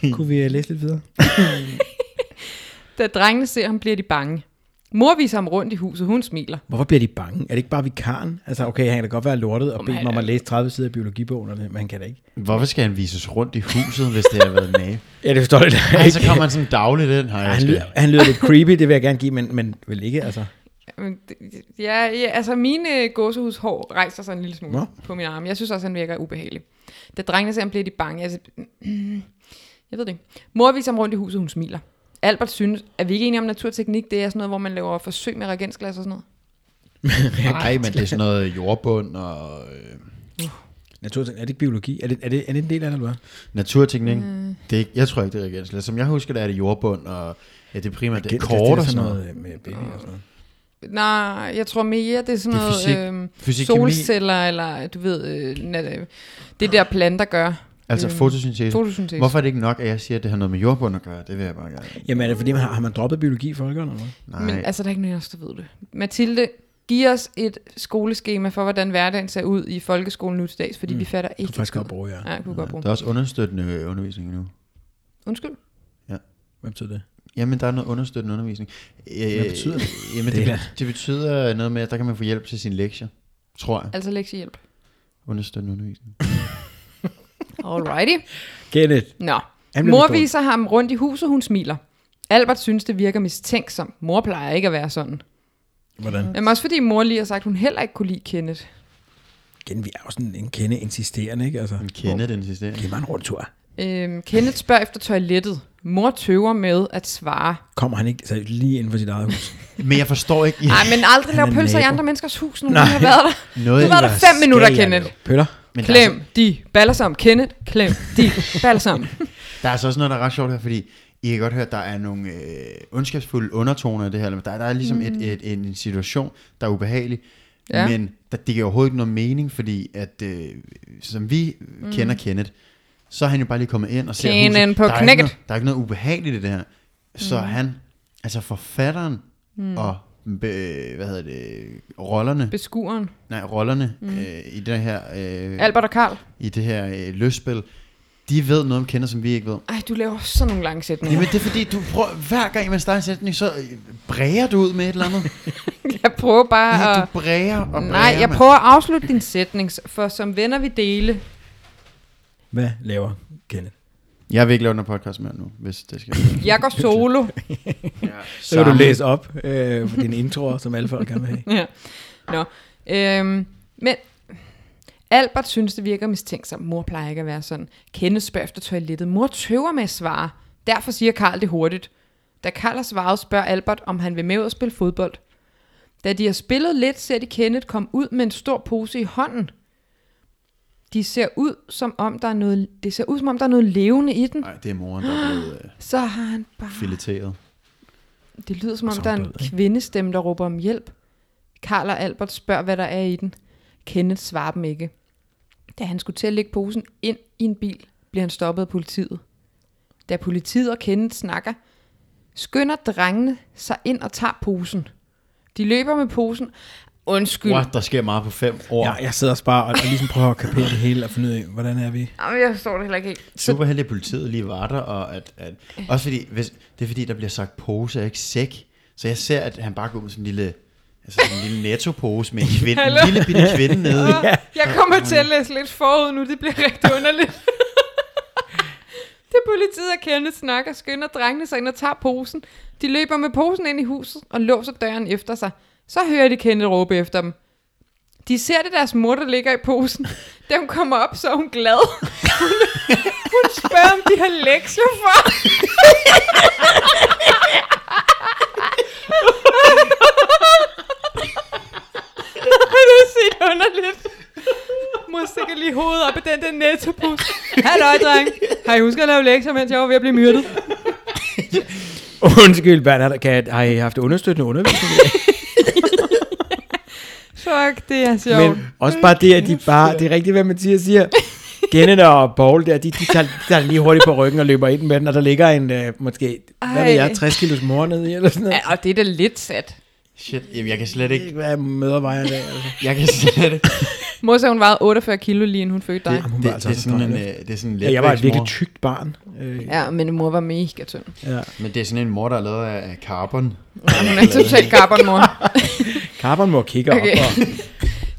Speaker 2: Mm.
Speaker 4: kunne vi øh, læse lidt videre?
Speaker 2: Da drengene ser ham, bliver de bange. Mor viser ham rundt i huset, hun smiler.
Speaker 4: Hvorfor bliver de bange? Er det ikke bare vikaren? Altså, okay, han kan da godt være lortet og bede
Speaker 2: han
Speaker 4: mig om
Speaker 2: er-
Speaker 4: at læse 30 sider af biologibogen, eller det, men han kan da ikke.
Speaker 3: Hvorfor skal han vises rundt i huset, hvis det har været nage?
Speaker 4: Ja, det forstår jeg da
Speaker 3: Ej, så kommer han sådan dagligt ind. Hej, jeg
Speaker 4: han, lyder,
Speaker 3: skal.
Speaker 4: han lyder lidt creepy, det vil jeg gerne give, men, men vel ikke, altså.
Speaker 2: Jamen, det- Ja, ja, altså mine gåsehushår rejser sig en lille smule
Speaker 4: Nå.
Speaker 2: Nå. på min arm. Jeg synes også, han virker ubehagelig. Da drengene ser ham, bliver de bange. Altså, jeg ved det ikke. Mor viser ham rundt i huset, hun smiler. Albert synes, er vi ikke enige om naturteknik? Det er sådan noget, hvor man laver forsøg med reagensglas og sådan noget.
Speaker 3: Nej, men det er sådan noget jordbund og øh,
Speaker 4: Naturtænk, er det ikke biologi? Er det, er det, er det en del af det, eller hvad?
Speaker 3: naturteknik. Mm. Det er ikke, jeg tror ikke, det er reagensglas. Som jeg husker, det er det jordbund, og ja, det er primært det er
Speaker 4: Genskab,
Speaker 3: kort og
Speaker 4: det er
Speaker 3: sådan noget.
Speaker 4: øh, med baby og sådan noget.
Speaker 2: Nej, jeg tror mere, det er sådan
Speaker 3: Det er fysik-
Speaker 2: noget øhm,
Speaker 3: fysik, kemi.
Speaker 2: solceller, eller du ved, øh, nat- øh, det der planter gør.
Speaker 3: Altså fotosyntese.
Speaker 2: Mm. Fotosyntese.
Speaker 3: Hvorfor er det ikke nok, at jeg siger, at det har noget med jordbund at gøre? Det vil jeg bare gerne.
Speaker 4: Jamen, er det fordi, man har, har man droppet biologi i folkeren, eller hvad?
Speaker 3: Nej.
Speaker 2: Men altså, der er ikke nogen af os, der ved det. Mathilde, giv os et skoleskema for, hvordan hverdagen ser ud i folkeskolen nu til dags, fordi mm. vi fatter
Speaker 4: Du
Speaker 2: ikke.
Speaker 4: kan faktisk
Speaker 2: en skid.
Speaker 4: godt bruge jer.
Speaker 2: Ja, jeg kunne godt bruge.
Speaker 3: Der er også understøttende øh, undervisning nu.
Speaker 2: Undskyld.
Speaker 4: Hvad betyder det?
Speaker 3: Jamen, der er noget understøttende undervisning. Øh,
Speaker 4: Hvad betyder det?
Speaker 3: Jamen,
Speaker 4: Det
Speaker 3: det,
Speaker 4: er-
Speaker 3: det, det betyder noget med, at der kan man få hjælp til sin lektier, tror jeg.
Speaker 2: Altså lektiehjælp.
Speaker 3: Understøttende undervisning.
Speaker 2: Alrighty.
Speaker 4: Kenneth.
Speaker 2: Nå.
Speaker 4: Han blev
Speaker 2: Mor
Speaker 4: vist
Speaker 2: viser ham rundt i huset, hun smiler. Albert synes, det virker mistænksomt. Mor plejer ikke at være sådan.
Speaker 4: Hvordan?
Speaker 2: Men også fordi mor lige har sagt, hun heller ikke kunne lide Kenneth.
Speaker 4: Kenneth, vi er jo sådan en kende insisterende, ikke? Altså,
Speaker 3: Man kender den sidste.
Speaker 4: det var en rundtur.
Speaker 2: Øhm, Kenneth spørger efter toilettet. Mor tøver med at svare.
Speaker 4: Kommer han ikke så lige inden for sit eget hus?
Speaker 3: Men jeg forstår ikke...
Speaker 2: Nej, men aldrig
Speaker 4: Han er
Speaker 2: lave pølser i
Speaker 4: nabo.
Speaker 2: andre menneskers hus, når hun
Speaker 4: Nej.
Speaker 2: har været der.
Speaker 3: Noget,
Speaker 2: Du var der
Speaker 4: Hvad
Speaker 2: fem
Speaker 4: skal
Speaker 2: minutter,
Speaker 4: jeg
Speaker 2: Kenneth.
Speaker 4: lave? Pøller?
Speaker 3: men Der, er, altså-
Speaker 2: Klem de baller sammen. Kenneth, klem de baller sammen.
Speaker 3: så- der er så også noget, der er ret sjovt her, fordi I kan godt høre, at der er nogle øh, ondskabsfulde undertoner i det her. eller Der, der er ligesom mm. et, et, en situation, der er ubehagelig.
Speaker 2: Ja.
Speaker 3: Ja. Men der, det giver overhovedet ikke nogen mening, fordi at, øh, som vi mm. kender Kenneth, så er han jo bare lige kommet ind og ser
Speaker 2: Kenen
Speaker 3: huset.
Speaker 2: på
Speaker 3: der, er ikke
Speaker 2: knækket.
Speaker 3: noget, der er ikke noget ubehageligt i det her. Så mm. han, altså forfatteren mm. og be, hvad hedder det, rollerne,
Speaker 2: Beskueren.
Speaker 3: nej, rollerne mm. øh, i det her, øh,
Speaker 2: Albert og Karl.
Speaker 3: i det her øh, løsspil, de ved noget om Kenneth, som vi ikke ved.
Speaker 2: Ej, du laver sådan nogle lange sætninger.
Speaker 3: Jamen det er fordi, du prøver, hver gang man starter en sætning, så øh, bræger du ud med et eller andet.
Speaker 2: Jeg prøver bare
Speaker 3: Ja,
Speaker 2: at...
Speaker 3: du bræger og bræger.
Speaker 2: Nej, jeg
Speaker 3: mand.
Speaker 2: prøver at afslutte din sætning, for som venner vi dele.
Speaker 4: Hvad laver Kenneth?
Speaker 3: Jeg vil ikke lave den her podcast mere nu, hvis det skal.
Speaker 2: Jeg går solo.
Speaker 4: Så vil du læse op øh, for dine introer, som alle folk gerne vil have.
Speaker 2: Ja. Nå. Øhm, men Albert synes, det virker mistænksomt. Mor plejer ikke at være sådan. Kenneth spørger efter toilettet. Mor tøver med at svare. Derfor siger Karl det hurtigt. Da Karl og Svaret spørger Albert, om han vil med ud og spille fodbold. Da de har spillet lidt, ser de Kenneth komme ud med en stor pose i hånden. De ser ud, som om der er noget, det ser ud, som om der er noget levende i den.
Speaker 3: Nej, det er moren, der er blevet øh,
Speaker 2: Så har han bare...
Speaker 3: fileteret.
Speaker 2: Det lyder som om,
Speaker 4: Så er
Speaker 2: der er
Speaker 4: hun
Speaker 2: en
Speaker 4: død, ikke?
Speaker 2: kvindestemme, der råber om hjælp. Karl og Albert spørger, hvad der er i den. Kenneth svarer dem ikke. Da han skulle til at lægge posen ind i en bil, bliver han stoppet af politiet. Da politiet og Kenneth snakker, skynder drengene sig ind og tager posen. De løber med posen. Undskyld,
Speaker 3: What, der sker meget på fem år.
Speaker 4: Jeg, jeg sidder også bare og, og ligesom prøver at kapere det hele og finde ud af, hvordan er vi?
Speaker 2: Jamen, jeg forstår det heller ikke helt. Så
Speaker 3: Super heldig, at politiet lige var der. Og at, at, også fordi, hvis, det er fordi, der bliver sagt pose og ikke sæk. Så jeg ser, at han bare går ud med sådan en lille, altså sådan en lille nettopose med en, kvinde,
Speaker 2: Hallo?
Speaker 3: en lille bitte kvinde nede. i.
Speaker 2: Jeg kommer til at læse lidt forud nu, det bliver rigtig underligt. det politiet og Kenneth snakker, skynder drengene sig ind og tager posen. De løber med posen ind i huset og låser døren efter sig. Så hører de Kenneth råbe efter dem. De ser det deres mor, der ligger i posen. Da hun kommer op, så er hun glad. hun, hun spørger, om de har lektier for. det er sygt underligt. Mor stikker lige hovedet op i den der nettopus. Halløj, dreng. Har I husket at lave lektier, mens jeg var ved at blive myrdet?
Speaker 4: Undskyld, Bernhard, kan jeg, har I haft understøttende undervisning?
Speaker 2: Fuck, det er sjovt.
Speaker 4: Men også bare det, at de bare, det er rigtigt, hvad Mathias siger. Kenneth og Paul der, de, de, tager, de tager den lige hurtigt på ryggen og løber ind med den, og der ligger en, øh, måske, hvad ved
Speaker 2: Ej.
Speaker 4: jeg, 60 kilos mor nede i, eller sådan noget.
Speaker 2: Ja, og det er da lidt sat.
Speaker 3: Shit, jamen, jeg kan slet
Speaker 4: Jeg ved
Speaker 3: ikke,
Speaker 4: ikke, hvad møder vejer der. Altså.
Speaker 3: jeg kan slet ikke.
Speaker 2: Mor sagde, hun vejede 48 kilo lige inden hun fødte dig.
Speaker 4: Jamen, hun
Speaker 3: Det,
Speaker 4: var altså
Speaker 3: det, er
Speaker 4: også
Speaker 3: sådan en,
Speaker 4: dreng.
Speaker 3: øh, det er sådan en
Speaker 4: Ja, jeg var et virkelig
Speaker 3: letvægtsmor.
Speaker 4: tykt barn. Øh,
Speaker 2: Ja, men mor var mega tynd.
Speaker 4: ja.
Speaker 3: Men det er sådan en mor, der er lavet af carbon.
Speaker 2: Ja, hun er totalt carbon, mor.
Speaker 4: Carbon må kigge op.
Speaker 2: Okay.
Speaker 4: Og,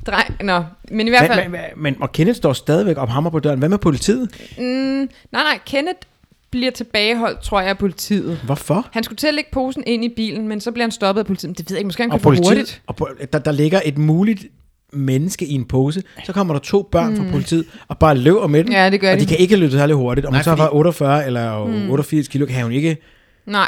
Speaker 2: Dreng, nå. Men i hvert fald,
Speaker 4: men, men, men, og Kenneth står stadigvæk og hammer på døren. Hvad med politiet?
Speaker 2: mm, nej, nej, Kenneth bliver tilbageholdt, tror jeg, af politiet.
Speaker 4: Hvorfor?
Speaker 2: Han skulle til at lægge posen ind i bilen, men så bliver han stoppet af politiet. Men Det ved jeg ikke, måske han
Speaker 4: Og
Speaker 2: kører for hurtigt.
Speaker 4: politiet, og, po- der, der ligger et muligt menneske i en pose, så kommer der to børn mm. fra politiet og bare løber med dem.
Speaker 2: Ja, det gør
Speaker 4: og de.
Speaker 2: de.
Speaker 4: kan ikke løbe særlig hurtigt. Om
Speaker 3: Nej,
Speaker 4: hun så har
Speaker 3: fordi-
Speaker 4: været 48 eller mm. 88 kilo, kan hun ikke...
Speaker 2: Nej,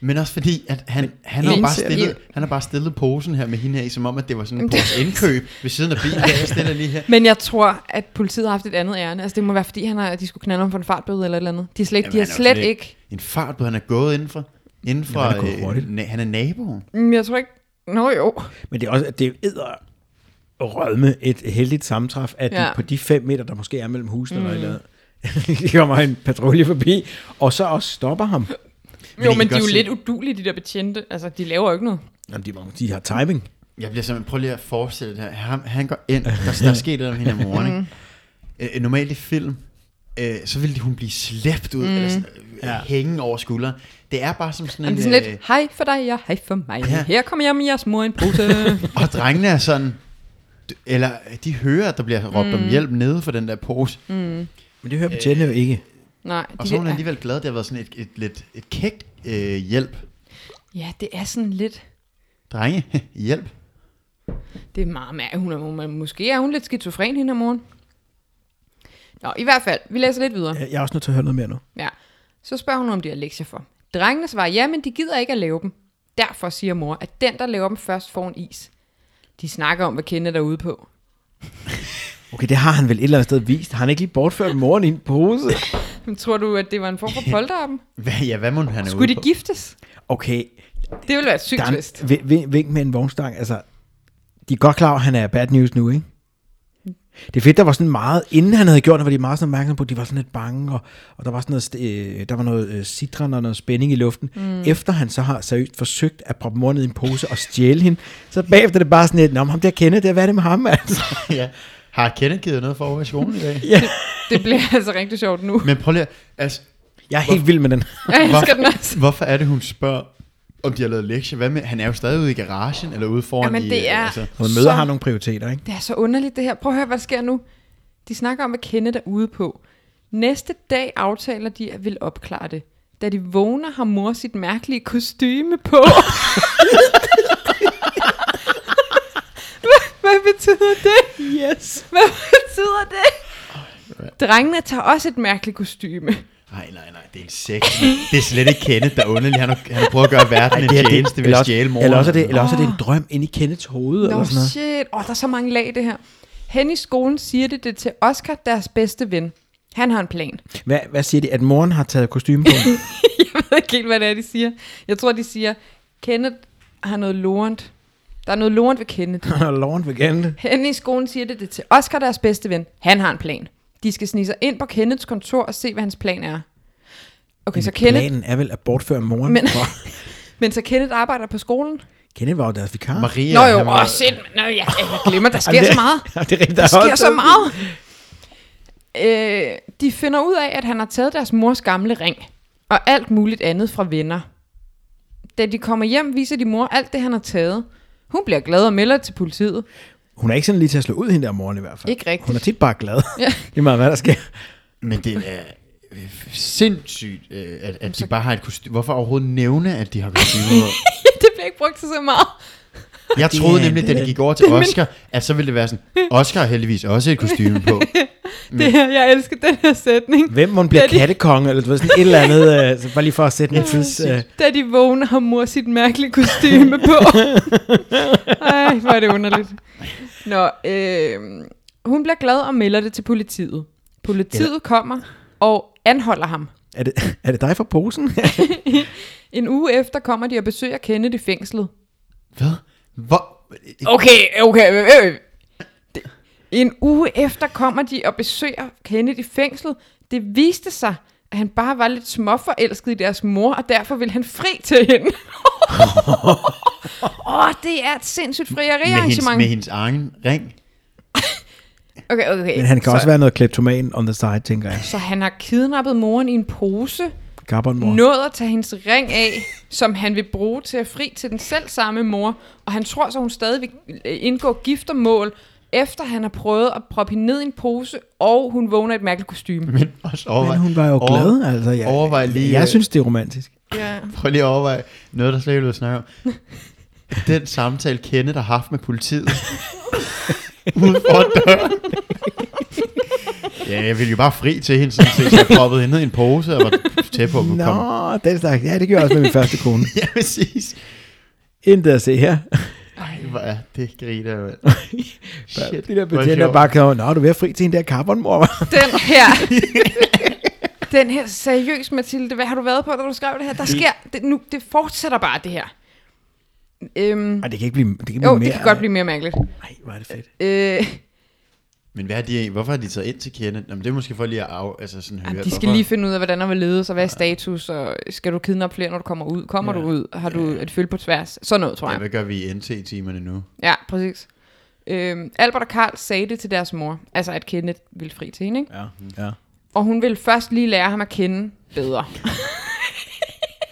Speaker 3: Men også fordi, at han, han, har
Speaker 2: Men-
Speaker 3: bare
Speaker 2: Indtil-
Speaker 3: stillet, han har bare stillet posen her med hende her i, som om, at det var sådan en pose indkøb ved siden af bilen. Jeg stiller lige her.
Speaker 2: Men jeg tror, at politiet har haft et andet ærne. Altså, det må være, fordi han har, at de skulle knalde om for en fartbøde eller et eller andet. De, er slet,
Speaker 3: Jamen,
Speaker 2: de har
Speaker 3: han er jo
Speaker 2: slet
Speaker 3: sådan
Speaker 2: ikke...
Speaker 3: En fart, på han er gået indenfor. Indenfor,
Speaker 4: Jamen, han er gået hurtigt.
Speaker 3: øh, na- han er naboen.
Speaker 2: Mm, Jeg tror ikke... Nå jo.
Speaker 4: Men det er også, at det æder rødme et heldigt sammentræf, at ja.
Speaker 2: Ja.
Speaker 4: de, på de 5 meter, der måske er mellem husene mm. eller andet, kommer en patrulje forbi, og så også stopper ham.
Speaker 3: Men
Speaker 2: Jo,
Speaker 3: I
Speaker 2: men de
Speaker 3: kan
Speaker 2: er
Speaker 3: godt
Speaker 2: jo
Speaker 3: se-
Speaker 2: lidt udulige, de der betjente. Altså, de laver jo ikke noget.
Speaker 4: Jamen, de, de har timing.
Speaker 3: Jeg bliver simpelthen, prøv lige at forestille det her. Han, han går ind, der, der er sket noget med hende om morgenen. Mm. Øh, normalt i film, øh, så ville hun blive slæbt ud, mm. eller sådan, øh,
Speaker 4: Ja.
Speaker 3: hænge over skulderen. Det er bare som sådan
Speaker 2: Men
Speaker 3: en...
Speaker 2: det er sådan
Speaker 3: øh,
Speaker 2: lidt, hej for dig, ja, hej for mig.
Speaker 3: Ja.
Speaker 2: Her kommer jeg med jeres mor i en pose.
Speaker 3: Og drengene er sådan, eller de hører, at der bliver råbt mm. om hjælp nede for den der pose. Mm.
Speaker 4: Men det hører betjente jo ikke.
Speaker 2: Nej,
Speaker 3: Og
Speaker 2: de
Speaker 3: så er hun
Speaker 2: der-
Speaker 3: alligevel glad, at det har været sådan et, et, lidt et kægt øh, hjælp.
Speaker 2: ja, det er sådan lidt...
Speaker 3: Drenge, hjælp.
Speaker 2: Det er meget mærkeligt. Hun er, hun, måske er hun lidt skizofren hende om morgenen. Nå, i hvert fald, vi læser lidt videre.
Speaker 4: Øh, Jeg er også nødt til at høre noget mere nu.
Speaker 2: Ja. Så spørger hun, om de har lektier for. Drengene svarer, ja, men de gider ikke at lave dem. Derfor siger mor, at den, der laver dem først, får en is. De snakker om, hvad Kenneth er ude på.
Speaker 4: Okay, det har han vel et eller andet sted vist. Har han ikke lige bortført moren i en pose?
Speaker 2: Men tror du, at det var en form for polterappen?
Speaker 3: Hvad, ja, hvad må han er
Speaker 2: Skulle
Speaker 3: ude
Speaker 2: de
Speaker 3: på?
Speaker 2: giftes?
Speaker 4: Okay,
Speaker 2: Det ville være et sygt
Speaker 4: der er en,
Speaker 2: twist.
Speaker 4: vi- vi- vink med en vognstang. Altså, de er godt klar, over, at han er bad news nu, ikke? Det er fedt, der var sådan meget, inden han havde gjort det, var de meget sådan opmærksomme på, at de var sådan lidt bange, og, og der var sådan noget, øh, der var noget øh, citron og noget spænding i luften. Mm. Efter han så har seriøst forsøgt at proppe mor ned i en pose og stjæle hende, så bagefter er det bare sådan lidt, nå, men ham der kender det, hvad er det med ham, altså?
Speaker 3: ja. Har Kenneth givet noget for over i skolen i dag?
Speaker 2: Det bliver altså rigtig sjovt nu.
Speaker 3: Men prøv lige at, altså,
Speaker 4: Jeg er helt vild med den.
Speaker 2: Jeg elsker
Speaker 3: Hvorfor-
Speaker 2: den også.
Speaker 3: hvorfor er det, hun spørger, om de har lavet lektier? Hvad med, han er jo stadig ude i garagen, eller ude foran
Speaker 2: Jamen,
Speaker 3: i... altså-
Speaker 2: det er-
Speaker 4: Hun møder
Speaker 2: Så-
Speaker 4: har nogle prioriteter, ikke?
Speaker 2: Det er så underligt det her. Prøv at høre, hvad der sker nu. De snakker om, hvad Kenneth er ude på. Næste dag aftaler de, at vil opklare det. Da de vågner, har mor sit mærkelige kostyme på. hvad, hvad betyder det? Yes. Hvad betyder det? Drengene tager også et mærkeligt kostyme.
Speaker 3: Nej, nej, nej, det er en sekt. det er slet ikke Kenneth, der er underlig. Han har, han har prøvet at gøre verden en tjeneste ved
Speaker 4: eller,
Speaker 3: at
Speaker 4: også,
Speaker 3: stjæle mor.
Speaker 4: eller, også er det, eller også er det en drøm inde i Kenneths hoved, no, eller
Speaker 2: Nå,
Speaker 4: sådan noget.
Speaker 2: shit. Åh, oh, der er så mange lag i det her. Hen i skolen siger det det til Oscar, deres bedste ven. Han har en plan.
Speaker 4: Hvad, hvad siger de? At moren har taget kostume på?
Speaker 2: Jeg ved ikke helt, hvad det er, de siger. Jeg tror, de siger, Kenneth har noget lorent. Der er noget lorent ved Kenneth.
Speaker 4: Lauren vil gerne det.
Speaker 2: Hen i skolen siger det det til Oscar, deres bedste ven. Han har en plan. De skal snige sig ind på Kenneths kontor og se, hvad hans plan er. Okay, så Kenneth,
Speaker 4: Planen er vel at bortføre moren. Men...
Speaker 2: Men- men så Kenneth arbejder på skolen?
Speaker 4: Kenneth var jo deres vikar.
Speaker 3: Maria,
Speaker 2: Nå jo,
Speaker 3: han var-
Speaker 2: åh, sind. Nå, jeg, jeg glemmer, der sker
Speaker 4: Jamen,
Speaker 2: så
Speaker 4: det-
Speaker 2: meget.
Speaker 4: Ja, det er rigtigt,
Speaker 2: Der sker
Speaker 4: også-
Speaker 2: så meget. Øh, de finder ud af, at han har taget deres mors gamle ring og alt muligt andet fra venner. Da de kommer hjem, viser de mor alt det, han har taget. Hun bliver glad og melder til politiet.
Speaker 4: Hun er ikke sådan lige til at slå ud hende der moren i hvert fald.
Speaker 2: Ikke rigtigt.
Speaker 4: Hun er tit bare glad.
Speaker 2: Ja.
Speaker 4: Lige meget hvad der sker.
Speaker 3: Men det er øh, sindssygt, øh, at, at de bare har et kostume. Hvorfor overhovedet nævne, at de har kostume?
Speaker 2: det bliver ikke brugt til så meget.
Speaker 3: Jeg troede
Speaker 4: Damn,
Speaker 3: nemlig, da
Speaker 4: det
Speaker 3: det
Speaker 4: er-
Speaker 3: gik over til Oscar, at så ville det være sådan, Oscar har heldigvis også et kostume på.
Speaker 2: Det her, jeg elsker den her sætning.
Speaker 4: Hvem må bliver
Speaker 2: Ja, de-
Speaker 4: kattekonge, eller du ved, sådan et eller andet, øh, så bare lige for at sætte en tids... Øh,
Speaker 2: Da de vågner, har mor sit mærkelige kostyme på. Ej, hvor er det underligt. Nå, øh, hun bliver glad og melder det til politiet. Politiet kommer og anholder ham.
Speaker 4: er, det, er det dig fra posen?
Speaker 2: En uge efter kommer de og besøger Kenneth i fængslet.
Speaker 3: Hvad? Hvor?
Speaker 2: Okay, okay. Øh, øh. Det- En uge efter kommer de og besøger Kenneth i fængslet. Det viste sig, at han bare var lidt småforelsket i deres mor, og derfor ville han fri til hende. Åh, oh, det er et sindssygt
Speaker 3: Med hendes, med
Speaker 2: frieriarrangement.
Speaker 3: hendes egen ring?
Speaker 2: Okay, okay.
Speaker 4: Men han kan
Speaker 2: så,
Speaker 4: også være noget kleptoman on the side, tænker jeg.
Speaker 2: så han har kidnappet moren i en pose,
Speaker 4: Gabberen mor.
Speaker 2: nået at tage hendes ring af, som han vil bruge til at fri til den selv samme mor, og han tror så, hun stadig vil øh, indgå giftermål, efter han har prøvet at proppe hende ned i en pose, og hun vågner i et mærkeligt kostume.
Speaker 3: Men også overvej.
Speaker 4: Men hun var jo
Speaker 3: over-
Speaker 4: glad, altså. Jeg,
Speaker 3: overvej lige,
Speaker 4: Jeg
Speaker 3: øh,
Speaker 4: synes, det er romantisk.
Speaker 2: Ja.
Speaker 3: Prøv lige at overveje noget, der slet ikke er blevet snakket om. Den samtale Kenneth har haft med politiet. Ude for døren. ja, jeg ville jo bare fri til hende, sådan set. Så jeg proppede hende ned i en pose, og var tæt på at kunne komme.
Speaker 4: Nå, den slags. Ja, det gjorde jeg også med min første kone.
Speaker 3: Ja, præcis.
Speaker 4: Intet at se her.
Speaker 3: Ej, hvor er det griner, mand. Shit,
Speaker 4: De der
Speaker 3: hvor er det
Speaker 4: betjente er
Speaker 3: sjovt.
Speaker 4: bare kommet, Nå, du er ved at fri til en der carbon, mor.
Speaker 2: Den her... Den her, seriøs Mathilde, hvad har du været på, da du skrev det her? Der sker, det, nu, det fortsætter bare det her. Øhm,
Speaker 4: Ej, det kan ikke blive, det kan ikke
Speaker 2: jo,
Speaker 4: blive mere.
Speaker 2: det kan godt blive mere mærkeligt.
Speaker 4: Nej, hvor er det fedt.
Speaker 2: Øh,
Speaker 3: Men hvad har de, hvorfor har de taget ind til Kenneth? Jamen, det er måske for lige at af, altså sådan høre.
Speaker 2: Jamen, de skal
Speaker 3: hvorfor-
Speaker 2: lige finde ud af, hvordan der vil ledes, og hvad er status, og skal du kidnappe flere, når du kommer ud? Kommer
Speaker 4: Ja.
Speaker 2: du ud? Har du et følge på tværs? Sådan noget, tror
Speaker 3: Ja,
Speaker 2: jeg.
Speaker 3: hvad gør vi i NT-timerne nu?
Speaker 2: Ja, præcis. Øhm, Albert og Karl sagde det til deres mor, altså at Kenneth ville fri til hende, ikke?
Speaker 4: Ja, ja.
Speaker 2: og hun ville først lige lære ham at kende bedre.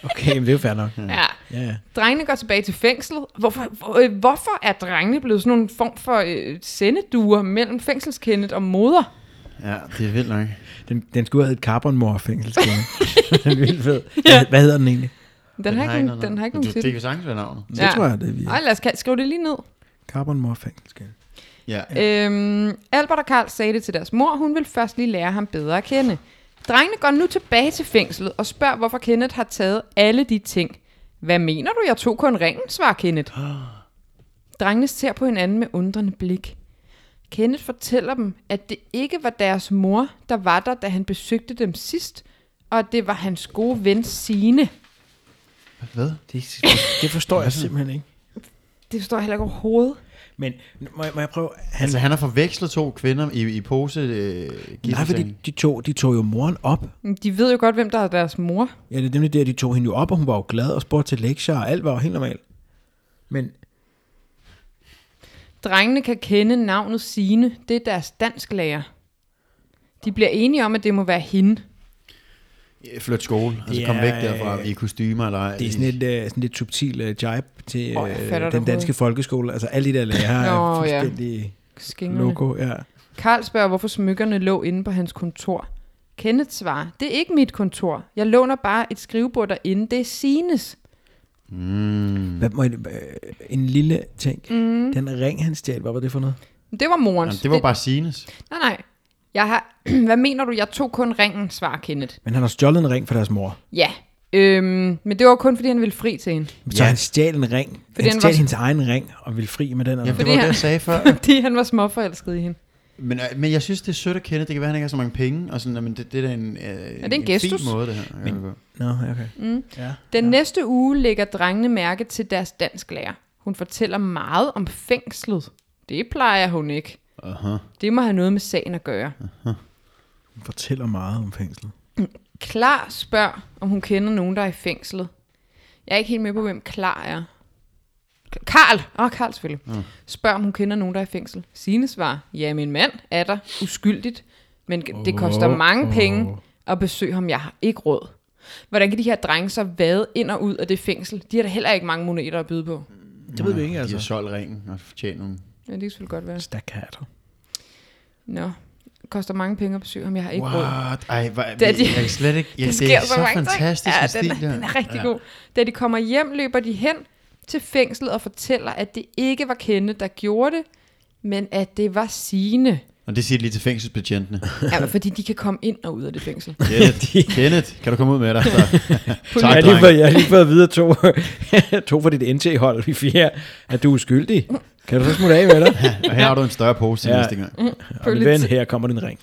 Speaker 4: Okay, men det er jo fair nok.
Speaker 2: ja.
Speaker 4: Ja, ja.
Speaker 2: Drengene går tilbage til fængslet. Hvorfor, hvor, øh, hvorfor er drengene blevet sådan en form for øh, sendeduer mellem fængselskendet og moder?
Speaker 3: Ja, det er vildt nok.
Speaker 4: Den, den skulle have heddet Carbon Mor fængselskæde. den er vildt fed. Hvad, hvad hedder den egentlig?
Speaker 2: Den, den, har, ikke, nogen-
Speaker 3: noget
Speaker 2: den har ikke
Speaker 3: navn.
Speaker 2: nogen
Speaker 3: Det, det
Speaker 2: titel.
Speaker 3: kan sagtens være navnet.
Speaker 4: Det
Speaker 2: Ja.
Speaker 4: tror jeg, det er vi.
Speaker 2: Ej, lad os ka- skrive det lige ned.
Speaker 4: Carbon Mor fængselskæde.
Speaker 3: Ja.
Speaker 2: Øhm, Albert og Karl sagde det til deres mor, hun ville først lige lære ham bedre at kende. Drengene går nu tilbage til fængslet og spørger, hvorfor Kenneth har taget alle de ting. Hvad mener du, jeg tog kun ringen, svarer Kenneth. Drengene ser på hinanden med undrende blik. Kenneth fortæller dem, at det ikke var deres mor, der var der, da han besøgte dem sidst, og at det var hans gode ven Sine.
Speaker 3: Hvad?
Speaker 4: Det, det forstår jeg simpelthen ikke.
Speaker 2: Det står heller ikke overhovedet.
Speaker 4: Men må jeg, må jeg prøve? Han,
Speaker 3: Altså, han har forvekslet to kvinder i, i pose øh,
Speaker 4: nej, fordi
Speaker 3: gifteting.
Speaker 4: de tog, de tog jo moren op.
Speaker 2: De ved jo godt, hvem der er deres mor.
Speaker 4: Ja, det er nemlig der, de tog hende jo op, og hun var jo glad og spurgte til lektier, og alt var jo helt normalt. Men
Speaker 2: Drengene kan kende navnet Sine. Det er deres dansklærer. De bliver enige om, at det må være hende.
Speaker 3: Ja, Flyt skole. Altså,
Speaker 4: Det
Speaker 3: kom
Speaker 4: er,
Speaker 3: væk derfra i kostymer eller ej.
Speaker 4: det er sådan et, øh, sådan lidt subtil øh, jibe til
Speaker 2: Åh, jeg
Speaker 4: øh,
Speaker 2: fatter det
Speaker 4: den danske
Speaker 2: overhovedet.
Speaker 4: folkeskole. Altså alle de der lærere er
Speaker 2: Nå, ja.
Speaker 4: fuldstændig
Speaker 2: Skingerne.
Speaker 4: logo. Ja.
Speaker 2: Karl spørger, hvorfor smykkerne lå inde på hans kontor. Kenneth svarer, det er ikke mit kontor. Jeg låner bare et skrivebord derinde. Det er Sines.
Speaker 3: Mm.
Speaker 4: Hvad, må jeg, øh, en lille ting. Mm. Den ring, han stjal, hvad var det for noget?
Speaker 2: Det var morens.
Speaker 3: Jamen, det var bare Sines.
Speaker 2: Nej, nej. Jeg har, hvad mener du, jeg tog kun ringen, svarer Kenneth.
Speaker 4: Men han har stjålet en ring fra deres mor.
Speaker 2: Ja, øhm, men det var kun, fordi han ville fri til hende.
Speaker 4: Så
Speaker 3: Ja.
Speaker 4: han stjal en ring. Fordi
Speaker 2: Fordi
Speaker 4: han
Speaker 2: han
Speaker 4: stjal
Speaker 2: var-
Speaker 4: hendes egen ring og ville fri med den. Eller?
Speaker 3: Jamen, det
Speaker 2: Fordi
Speaker 3: var det,
Speaker 2: han-
Speaker 3: jeg sagde før.
Speaker 2: Fordi han var småforelsket i hende.
Speaker 3: Men, øh, men jeg synes, det er sødt at kende. Det kan være, han ikke har så mange penge. Og sådan, men det, det er da en, øh, er
Speaker 2: en gestus?
Speaker 3: fin måde, det her. Men,
Speaker 4: Nå, okay. Mm. Ja.
Speaker 2: Den ja. næste uge lægger drengene mærke til deres dansklærer. Hun fortæller meget om fængslet. Det plejer hun ikke.
Speaker 3: Aha.
Speaker 2: Det må have noget med sagen at gøre.
Speaker 4: Hun fortæller meget om fængslet.
Speaker 2: Klar spørger, om hun kender nogen, der er i fængslet. Jeg er ikke helt med på, hvem Klar er. Karl! Åh, oh, Karl selvfølgelig. Mm. Spørger, om hun kender nogen, der er i fængsel. Sine svar, ja, min mand er der uskyldigt, men det koster
Speaker 4: Åh,
Speaker 2: mange
Speaker 4: åh.
Speaker 2: penge at besøge ham. Jeg har ikke råd. Hvordan kan de her drenge så vade ind og ud af det fængsel? De har da heller ikke mange moneter at byde på.
Speaker 4: Det ved vi ikke,
Speaker 3: De har
Speaker 4: altså.
Speaker 3: solgt ringen og fortjent nogle.
Speaker 2: Ja, det kan selvfølgelig godt være.
Speaker 4: Staccato.
Speaker 2: Nå, det koster mange penge at besøge ham. Jeg har ikke wow. råd.
Speaker 3: What? Ej, hvor, det,
Speaker 2: Det er
Speaker 3: jeg,
Speaker 2: de-
Speaker 3: kan slet ikke... Ja,
Speaker 2: Det
Speaker 3: det,
Speaker 2: sker
Speaker 3: er
Speaker 2: så,
Speaker 3: så
Speaker 2: mange ting.
Speaker 3: fantastisk
Speaker 2: ja,
Speaker 3: en
Speaker 2: den,
Speaker 3: stil, der.
Speaker 2: den er rigtig
Speaker 3: ja.
Speaker 2: god. Da de kommer hjem, løber de hen til fængslet og fortæller, at det ikke var Kenneth, der gjorde det, men at det var sine.
Speaker 3: Og det siger de lige til fængselsbetjentene.
Speaker 2: Ja, fordi de kan komme ind og ud af det fængsel.
Speaker 3: Kenneth, Kenneth, kan du komme ud med dig? Så.
Speaker 4: Jeg
Speaker 3: tak,
Speaker 4: har lige
Speaker 3: dreng.
Speaker 4: fået, jeg har lige fået at vide af to, to fra dit NT-hold i fjerde, at du er uskyldig. Kan du så smutte af med dig?
Speaker 3: Og her har du en større pose til
Speaker 4: Ja.
Speaker 3: næste gang.
Speaker 4: Og min ven, her kommer din ring.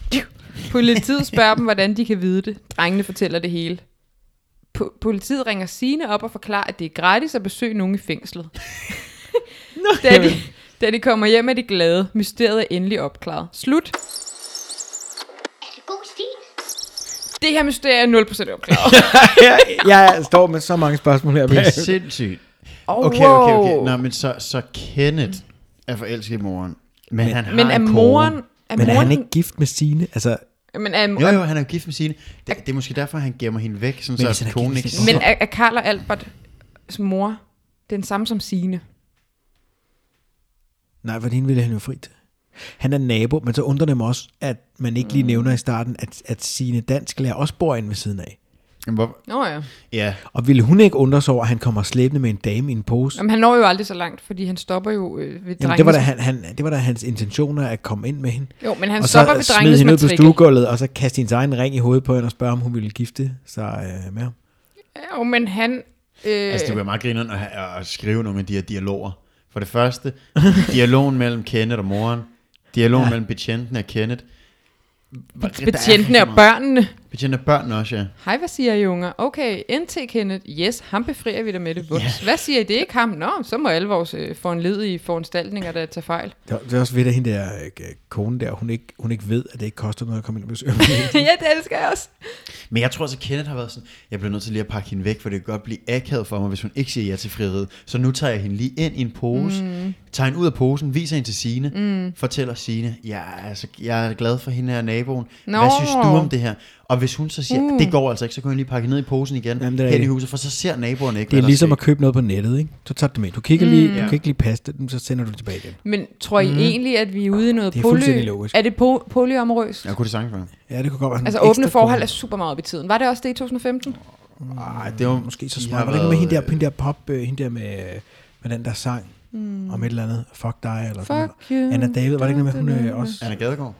Speaker 2: Politiet spørger dem, hvordan de kan vide det. Drengene fortæller det hele. Po- politiet ringer Sine op og forklarer, at det er gratis at besøge nogen i fængslet. da, de, da de kommer hjem, er de glade. Mysteriet er endelig opklaret. Slut.
Speaker 1: Er det god stil?
Speaker 2: Det her mysterie er 0% opklaret.
Speaker 4: Jeg står med så mange spørgsmål her.
Speaker 3: Det er
Speaker 4: bag.
Speaker 3: sindssygt.
Speaker 2: Oh,
Speaker 3: Okay, okay, okay. Nå, men så, så Kenneth er forelsket i moren. Men, men han har
Speaker 2: Men er
Speaker 3: en kone.
Speaker 2: moren... Er
Speaker 4: Men er
Speaker 2: moren,
Speaker 4: han ikke gift med Signe? Altså,
Speaker 2: Men um, er,
Speaker 3: Jo, jo, han er jo gift med Signe. Det, det er måske derfor, han gemmer hende væk, sådan
Speaker 4: Men hvis
Speaker 3: så
Speaker 4: han er
Speaker 3: at konen
Speaker 4: gift
Speaker 3: ikke
Speaker 4: med Signe-
Speaker 2: men er, er Karl og Alberts mor den samme som Sine?
Speaker 4: nej, for hende ville han jo fri til. Han er nabo, men så undrer det mig også, at man ikke lige nævner i starten, at, at Signe Dansk lærer også bor inde ved siden af.
Speaker 3: Jamen, hvor-
Speaker 2: Nå ja.
Speaker 3: Ja,
Speaker 2: Øh.
Speaker 4: Og ville hun ikke undre sig over, at han kommer slæbende med en dame i en pose?
Speaker 2: Jamen, han når jo aldrig så langt, fordi han stopper jo øh, ved
Speaker 4: Jamen, det, var da
Speaker 2: drengenes...
Speaker 4: han, han, det var da hans intentioner at komme ind med hende.
Speaker 2: Jo, men han
Speaker 4: og
Speaker 2: stopper
Speaker 4: så
Speaker 2: ved
Speaker 4: smide
Speaker 2: drengenes
Speaker 4: hende ud på
Speaker 2: matrikel.
Speaker 4: stuegulvet, og så kaste hendes egen ring i hovedet på hende og spørge, om hun ville gifte sig øh, med ham.
Speaker 2: Jo, men han... Øh,
Speaker 3: altså det bliver meget grineren at, at skrive nogle af de her dialoger. For det første, dialogen mellem Kenneth og moren. Dialogen
Speaker 4: Ja.
Speaker 3: mellem betjenten og Kenneth. Hvor- der er
Speaker 2: betjentene
Speaker 3: rigtig
Speaker 2: og
Speaker 3: meget.
Speaker 2: børnene.
Speaker 3: Betjentene og børnene også, ja.
Speaker 2: Hej, hvad siger I, unger? Okay, NT Kenneth. Yes, ham befrier vi da med det vunds. Yeah. Hvad siger I, det er ikke ham? Nå, så må alle vores øh, foranledige foranstaltninger da tage fejl.
Speaker 4: Det er- Det er også ved, at hende der øh, kone der, hun ikke, hun ikke ved, at det ikke koster noget at komme ind og besøge ham.
Speaker 2: ja, det elsker jeg også.
Speaker 3: Men jeg tror også, at Kenneth har været sådan, jeg bliver nødt til lige at pakke hende væk, for det kan godt blive akavet for mig, hvis hun ikke siger ja til frieriet. Så nu tager jeg hende lige ind i en pose, mm. tager hende ud af posen, viser hende til Sine, mm. fortæller Sine, jeg er, altså, jeg er glad for hende her naboen.
Speaker 2: Nå.
Speaker 3: Hvad synes du om det her? Og hvis hun så siger, mm. det går altså ikke, så kan hun lige pakke hende ned i posen igen,
Speaker 4: Jamen, det er
Speaker 3: hen i
Speaker 4: rigtigt.
Speaker 3: huset, for så ser naboen ikke,
Speaker 4: Det er
Speaker 3: hvad der
Speaker 4: ligesom
Speaker 3: sker.
Speaker 4: at købe noget på nettet, ikke? Så tager du det med. Du kigger lige, du kan ikke Mm. lige passe det, så sender du det tilbage igen.
Speaker 2: Men tror I mm. egentlig, at vi er ude i noget
Speaker 4: Det er
Speaker 2: poly?
Speaker 4: fuldstændig logisk.
Speaker 2: Er det po- polyamorøst?
Speaker 3: Jeg kunne det sange for.
Speaker 4: Ja, det kunne godt være sådan
Speaker 2: Altså
Speaker 4: en
Speaker 2: åbne
Speaker 4: ekstra
Speaker 2: forhold er
Speaker 4: kone.
Speaker 2: super meget op i tiden. Var det også det i 2015?
Speaker 3: Nej, det var
Speaker 4: Måske så
Speaker 3: de
Speaker 4: smart.
Speaker 3: har
Speaker 4: Var det ikke med
Speaker 3: været,
Speaker 4: hende der,
Speaker 3: øh,
Speaker 4: hende der pop, øh, hende der med, øh, med den der sang mm. om et eller andet? Fuck dig, eller sådan noget.
Speaker 2: Fuck you.
Speaker 4: Anna David, var det ikke noget med, hun øh, også...
Speaker 3: Anna Gadegaard.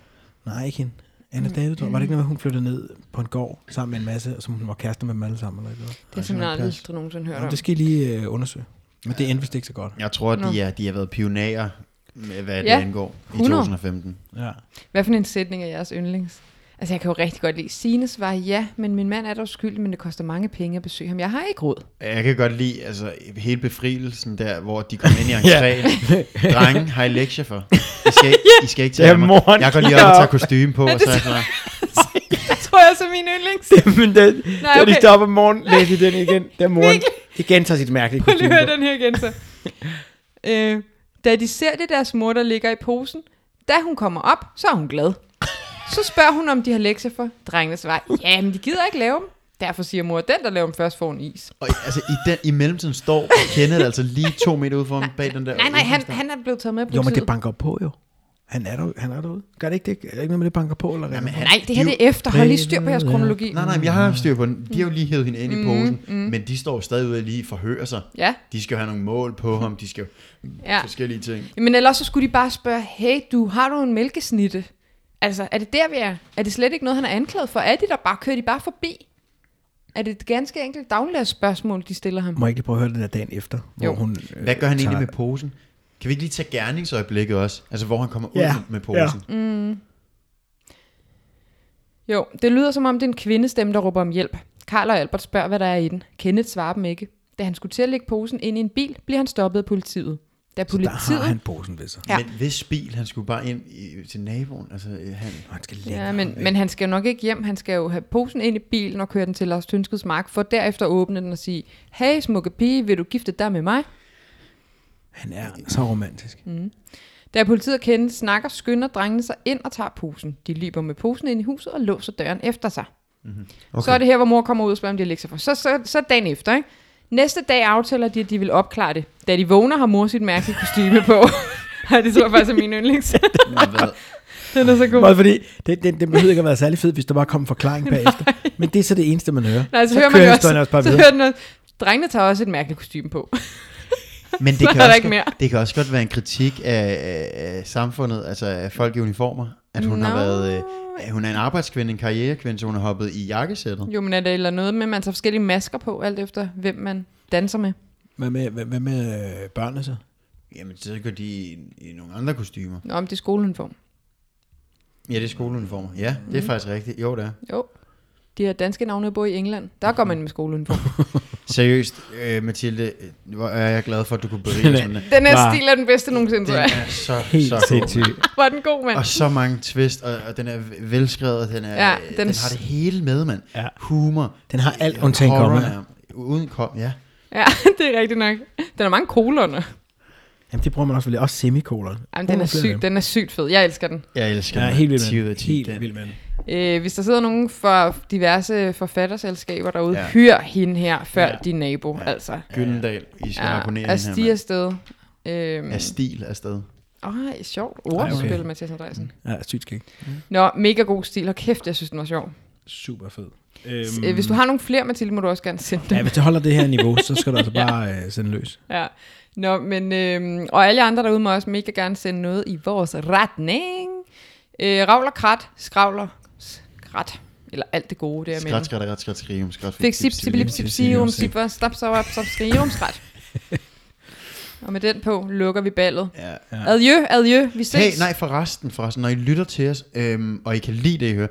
Speaker 4: Nej, ikke hende.
Speaker 2: Mm.
Speaker 4: Anna David, tror jeg. var det ikke noget med, hun flyttede ned på en gård sammen med en masse, som hun var kæreste med dem alle sammen? Eller noget?
Speaker 2: Det har simpelthen aldrig nogensinde hørt
Speaker 4: Jamen,
Speaker 2: om.
Speaker 4: det skal I lige øh, undersøge. Men det endte vist ikke så godt.
Speaker 3: Jeg tror,
Speaker 2: Nå.
Speaker 3: de, er, de har været pionerer med, hvad det
Speaker 2: Ja,
Speaker 3: angår i
Speaker 2: 100.
Speaker 3: 2015.
Speaker 4: Ja.
Speaker 2: Hvad for en sætning er jeres yndlings? Altså, jeg kan jo rigtig godt lide. Sine svarer, ja, men min mand er dog skyldig, men det koster mange penge at besøge ham. Jeg har ikke råd.
Speaker 3: Jeg kan godt lide altså, hele befrielsen der, hvor de kom ind i entréen. Drenge, har I lektier for? I skal, ikke- I skal ikke tage
Speaker 4: Ja,
Speaker 3: af mig.
Speaker 4: morgen.
Speaker 3: Jeg går lige op og tager kostume på, og så er jeg klar.
Speaker 2: Det tror jeg også er min yndlings.
Speaker 4: Men den,
Speaker 2: Nej, da de okay.
Speaker 4: stopper om morgenen, læser den igen. Der morgen, igen tager sit mærkelige
Speaker 2: Prøv lige at høre den her igen så. øh, da de ser det deres mor, der ligger i posen, da hun kommer op, så er hun glad. Så spørger hun, om de har lektier for. Drengene svarer, ja, men de gider ikke lave dem. Derfor siger mor, den der laver dem først får en is.
Speaker 3: Og, altså, i, den, i mellemtiden står Kenneth altså lige to meter ude foran bag den der.
Speaker 2: Nej, nej, han, han er blevet taget med af
Speaker 4: Jo, men
Speaker 2: politiet.
Speaker 4: det banker på jo. Han er, der, han er derude. Gør det ikke det? Er det ikke noget med, det banker på? Eller hvad?
Speaker 3: men han-
Speaker 2: Nej, det her
Speaker 3: de-
Speaker 2: det er efter. Hold lige styr på jeres
Speaker 4: Ja.
Speaker 2: kronologi.
Speaker 3: Nej, nej, men jeg har styr på den. De har jo lige hævet hende ind i posen, men de står jo stadig ude og lige forhører sig.
Speaker 2: Ja,
Speaker 3: De skal jo have nogle mål på ham, de skal jo
Speaker 2: ja.
Speaker 3: forskellige ting.
Speaker 2: Men ellers så skulle de bare spørge, hey du, har du en mælkesnitte? Altså, er det der, vi er? Er det slet ikke noget, han er anklaget for? Er det der bare? Kører de bare forbi? Er det et ganske enkelt dagligdagsspørgsmål, de stiller ham?
Speaker 4: Må jeg ikke lige prøve at høre det der dagen efter? Hvor
Speaker 2: Jo.
Speaker 4: Hun, øh,
Speaker 3: Hvad gør han
Speaker 4: tager-
Speaker 3: egentlig med posen? Kan vi ikke lige tage gerningsøjeblikket også? Altså, hvor han kommer ud
Speaker 4: Ja,
Speaker 3: med
Speaker 4: ja.
Speaker 3: posen. Ja.
Speaker 2: Jo, det lyder som om, det er en kvindestemme, der råber om hjælp. Karl og Albert spørger, hvad der er i den. Kenneth svarer dem ikke. Da han skulle til at lægge posen ind i en bil, bliver han stoppet af politiet. Da
Speaker 4: Der har
Speaker 2: politiet...
Speaker 4: han posen ved sig.
Speaker 2: Ja.
Speaker 3: Men hvis bil, han skulle bare ind i, til naboen. Altså, øh, han,
Speaker 4: Og Han skal længere
Speaker 2: Ja, men,
Speaker 4: væk.
Speaker 2: men han skal jo nok ikke hjem. Han skal jo have posen ind i bilen og køre den til Lars Tønskeds mark, for derefter åbne den og sige, hey smukke pige, vil du gifte dig med mig?
Speaker 4: Han er så romantisk. Mm.
Speaker 2: Da politiet kender snakker, skynder drengene sig ind og tager posen. De løber med posen ind i huset og låser døren efter sig.
Speaker 3: Mhm.
Speaker 2: Okay. Så er det her, hvor mor kommer ud og spørger, om de har lektier for. Så, så, så dagen efter, ikke? Næste dag aftaler de, at de vil opklare det. Da de vågner, har mor sit mærkelige kostyme på. Ej, det tror jeg faktisk er min yndlings.
Speaker 3: hvad,
Speaker 2: Den er så god.
Speaker 4: Både fordi, det, det, det behøver ikke at være særlig fed, hvis der bare kom en forklaring bagefter. Men det er så det eneste, man hører.
Speaker 2: Nej, så,
Speaker 4: så
Speaker 2: hører man
Speaker 4: kører
Speaker 2: jo
Speaker 4: historien
Speaker 2: også,
Speaker 4: også bare
Speaker 2: så
Speaker 4: videre.
Speaker 2: hører den også. Drengene tager også et mærkeligt kostume på.
Speaker 3: Men
Speaker 2: Så
Speaker 3: det
Speaker 2: er
Speaker 3: kan,
Speaker 2: der
Speaker 3: også,
Speaker 2: ikke
Speaker 3: godt-
Speaker 2: mere.
Speaker 3: det kan også godt være en kritik af, af, af samfundet, altså af folk i uniformer, at hun har
Speaker 2: Nå.
Speaker 3: været... Øh, at hun er en arbejdskvinde, en karrierekvinde, så hun har hoppet i jakkesættet.
Speaker 2: Jo, men er det eller noget med, at man tager forskellige masker på, alt efter hvem man danser med?
Speaker 4: Hvad med, hvad, hvad med øh, børnene så?
Speaker 3: Jamen, så går de i, i nogle andre kostymer.
Speaker 2: Nå, om det er skoleuniform.
Speaker 3: Ja, det er skoleuniformer. Ja, det
Speaker 2: Mm.
Speaker 3: er faktisk rigtigt. Jo, det er.
Speaker 2: Jo. De har danske navne på i England. Der går man med skoleuniform.
Speaker 3: Seriøst, øh, Mathilde, øh, hvor er jeg glad for, at du kunne berige os med det.
Speaker 2: Den her
Speaker 4: Var-
Speaker 2: stil er den bedste nogensinde,
Speaker 3: Den
Speaker 2: tror jeg.
Speaker 3: er så,
Speaker 4: Helt
Speaker 3: så god.
Speaker 4: sindssygt.
Speaker 2: Var den god, mand.
Speaker 3: Og så mange twist, og, og den er velskrevet, den, er,
Speaker 2: Ja,
Speaker 3: ja,
Speaker 2: den
Speaker 3: den,
Speaker 2: er
Speaker 3: den
Speaker 2: s-
Speaker 3: har det hele med, mand.
Speaker 4: Ja.
Speaker 3: Humor.
Speaker 4: Den har alt
Speaker 3: øh,
Speaker 4: undtagen
Speaker 3: horror
Speaker 4: komma.
Speaker 3: er- Uden kom, ja.
Speaker 2: Ja, det er rigtigt nok. Den har mange koloner.
Speaker 4: Jamen, det bruger man også vel også semikolon.
Speaker 2: Jamen, den er syg, den er sygt fed. Jeg elsker den.
Speaker 3: Jeg elsker
Speaker 4: Ja,
Speaker 3: den.
Speaker 4: helt
Speaker 3: 10
Speaker 4: vild
Speaker 3: ud
Speaker 4: med
Speaker 3: af
Speaker 4: den.
Speaker 3: 10.
Speaker 4: Helt
Speaker 3: Den-
Speaker 4: vild med den.
Speaker 2: Øh, hvis der sidder nogen fra diverse forfatterselskaber derude, ja.
Speaker 3: Ja.
Speaker 2: hyr hende her før ja.
Speaker 3: Ja.
Speaker 2: din nabo, ja. altså.
Speaker 3: Gyldendal, I skal ja, abonnere
Speaker 2: er
Speaker 3: hende
Speaker 2: stig
Speaker 3: her,
Speaker 2: afsted. Øhm,
Speaker 3: mand. Af stil afsted.
Speaker 2: Åh, sjovt
Speaker 4: Ej,
Speaker 2: ordspil,
Speaker 4: okay.
Speaker 2: Mathias Andreasen.
Speaker 4: Ja, sygt skæg.
Speaker 2: Nå, mega god stil. Og kæft, jeg synes, den var sjov.
Speaker 4: Super fed.
Speaker 2: Øhm. Hvis du har nogle flere, Mathilde, må du også gerne sende dem.
Speaker 4: Ja, hvis det holder det her niveau, så skal du altså bare øh, sende løs.
Speaker 2: Ja. Nå, men, øhm, og alle jer andre derude må også mega gerne sende noget i vores retning. Øh, ravler, krat, skravler, skrat, eller alt det gode, det er
Speaker 3: Skræt,
Speaker 2: med.
Speaker 3: skræt, skræt, skræt, skrium, skræt,
Speaker 2: Fik sip, sip, lip, sip, sium, sip, hvor stop, så op, så skrium, skrat. Og med den på lukker vi ballet.
Speaker 3: Ja.
Speaker 2: Adieu, adieu, vi ses.
Speaker 3: Hey, nej, forresten, forresten, når I lytter til os, øhm, og I kan lide det, I hører,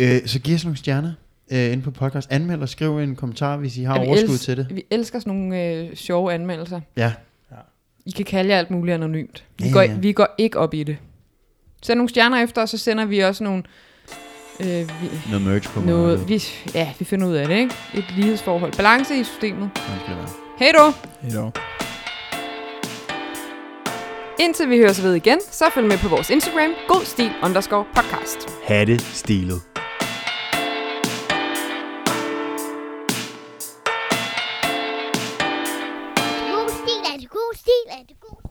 Speaker 3: øh, så giv os nogle stjerner øh, inde på podcast. Anmeld og skriv en kommentar, hvis I har
Speaker 2: Ja, vi
Speaker 3: overskud
Speaker 2: els-
Speaker 3: til det.
Speaker 2: Vi elsker sådan nogle øh, sjove anmeldelser.
Speaker 3: Ja,
Speaker 2: I kan kalde jer alt muligt anonymt. Vi,
Speaker 3: Ja,
Speaker 2: går,
Speaker 3: ja.
Speaker 2: vi går ikke op i det. Send nogle stjerner efter, og så sender vi også nogle... Øh, vi,
Speaker 3: noget merch på
Speaker 2: Noget,
Speaker 3: markedet.
Speaker 2: vi, ja, vi finder ud af det, ikke? Et lighedsforhold. Balance i systemet.
Speaker 3: Sådan skal det være.
Speaker 2: Hej då!
Speaker 4: Et år.
Speaker 2: Indtil vi høres ved igen, så følg med på vores Instagram, godstil underscore podcast.
Speaker 5: Ha' det stilet.
Speaker 1: God stil er det god stil er det god stil.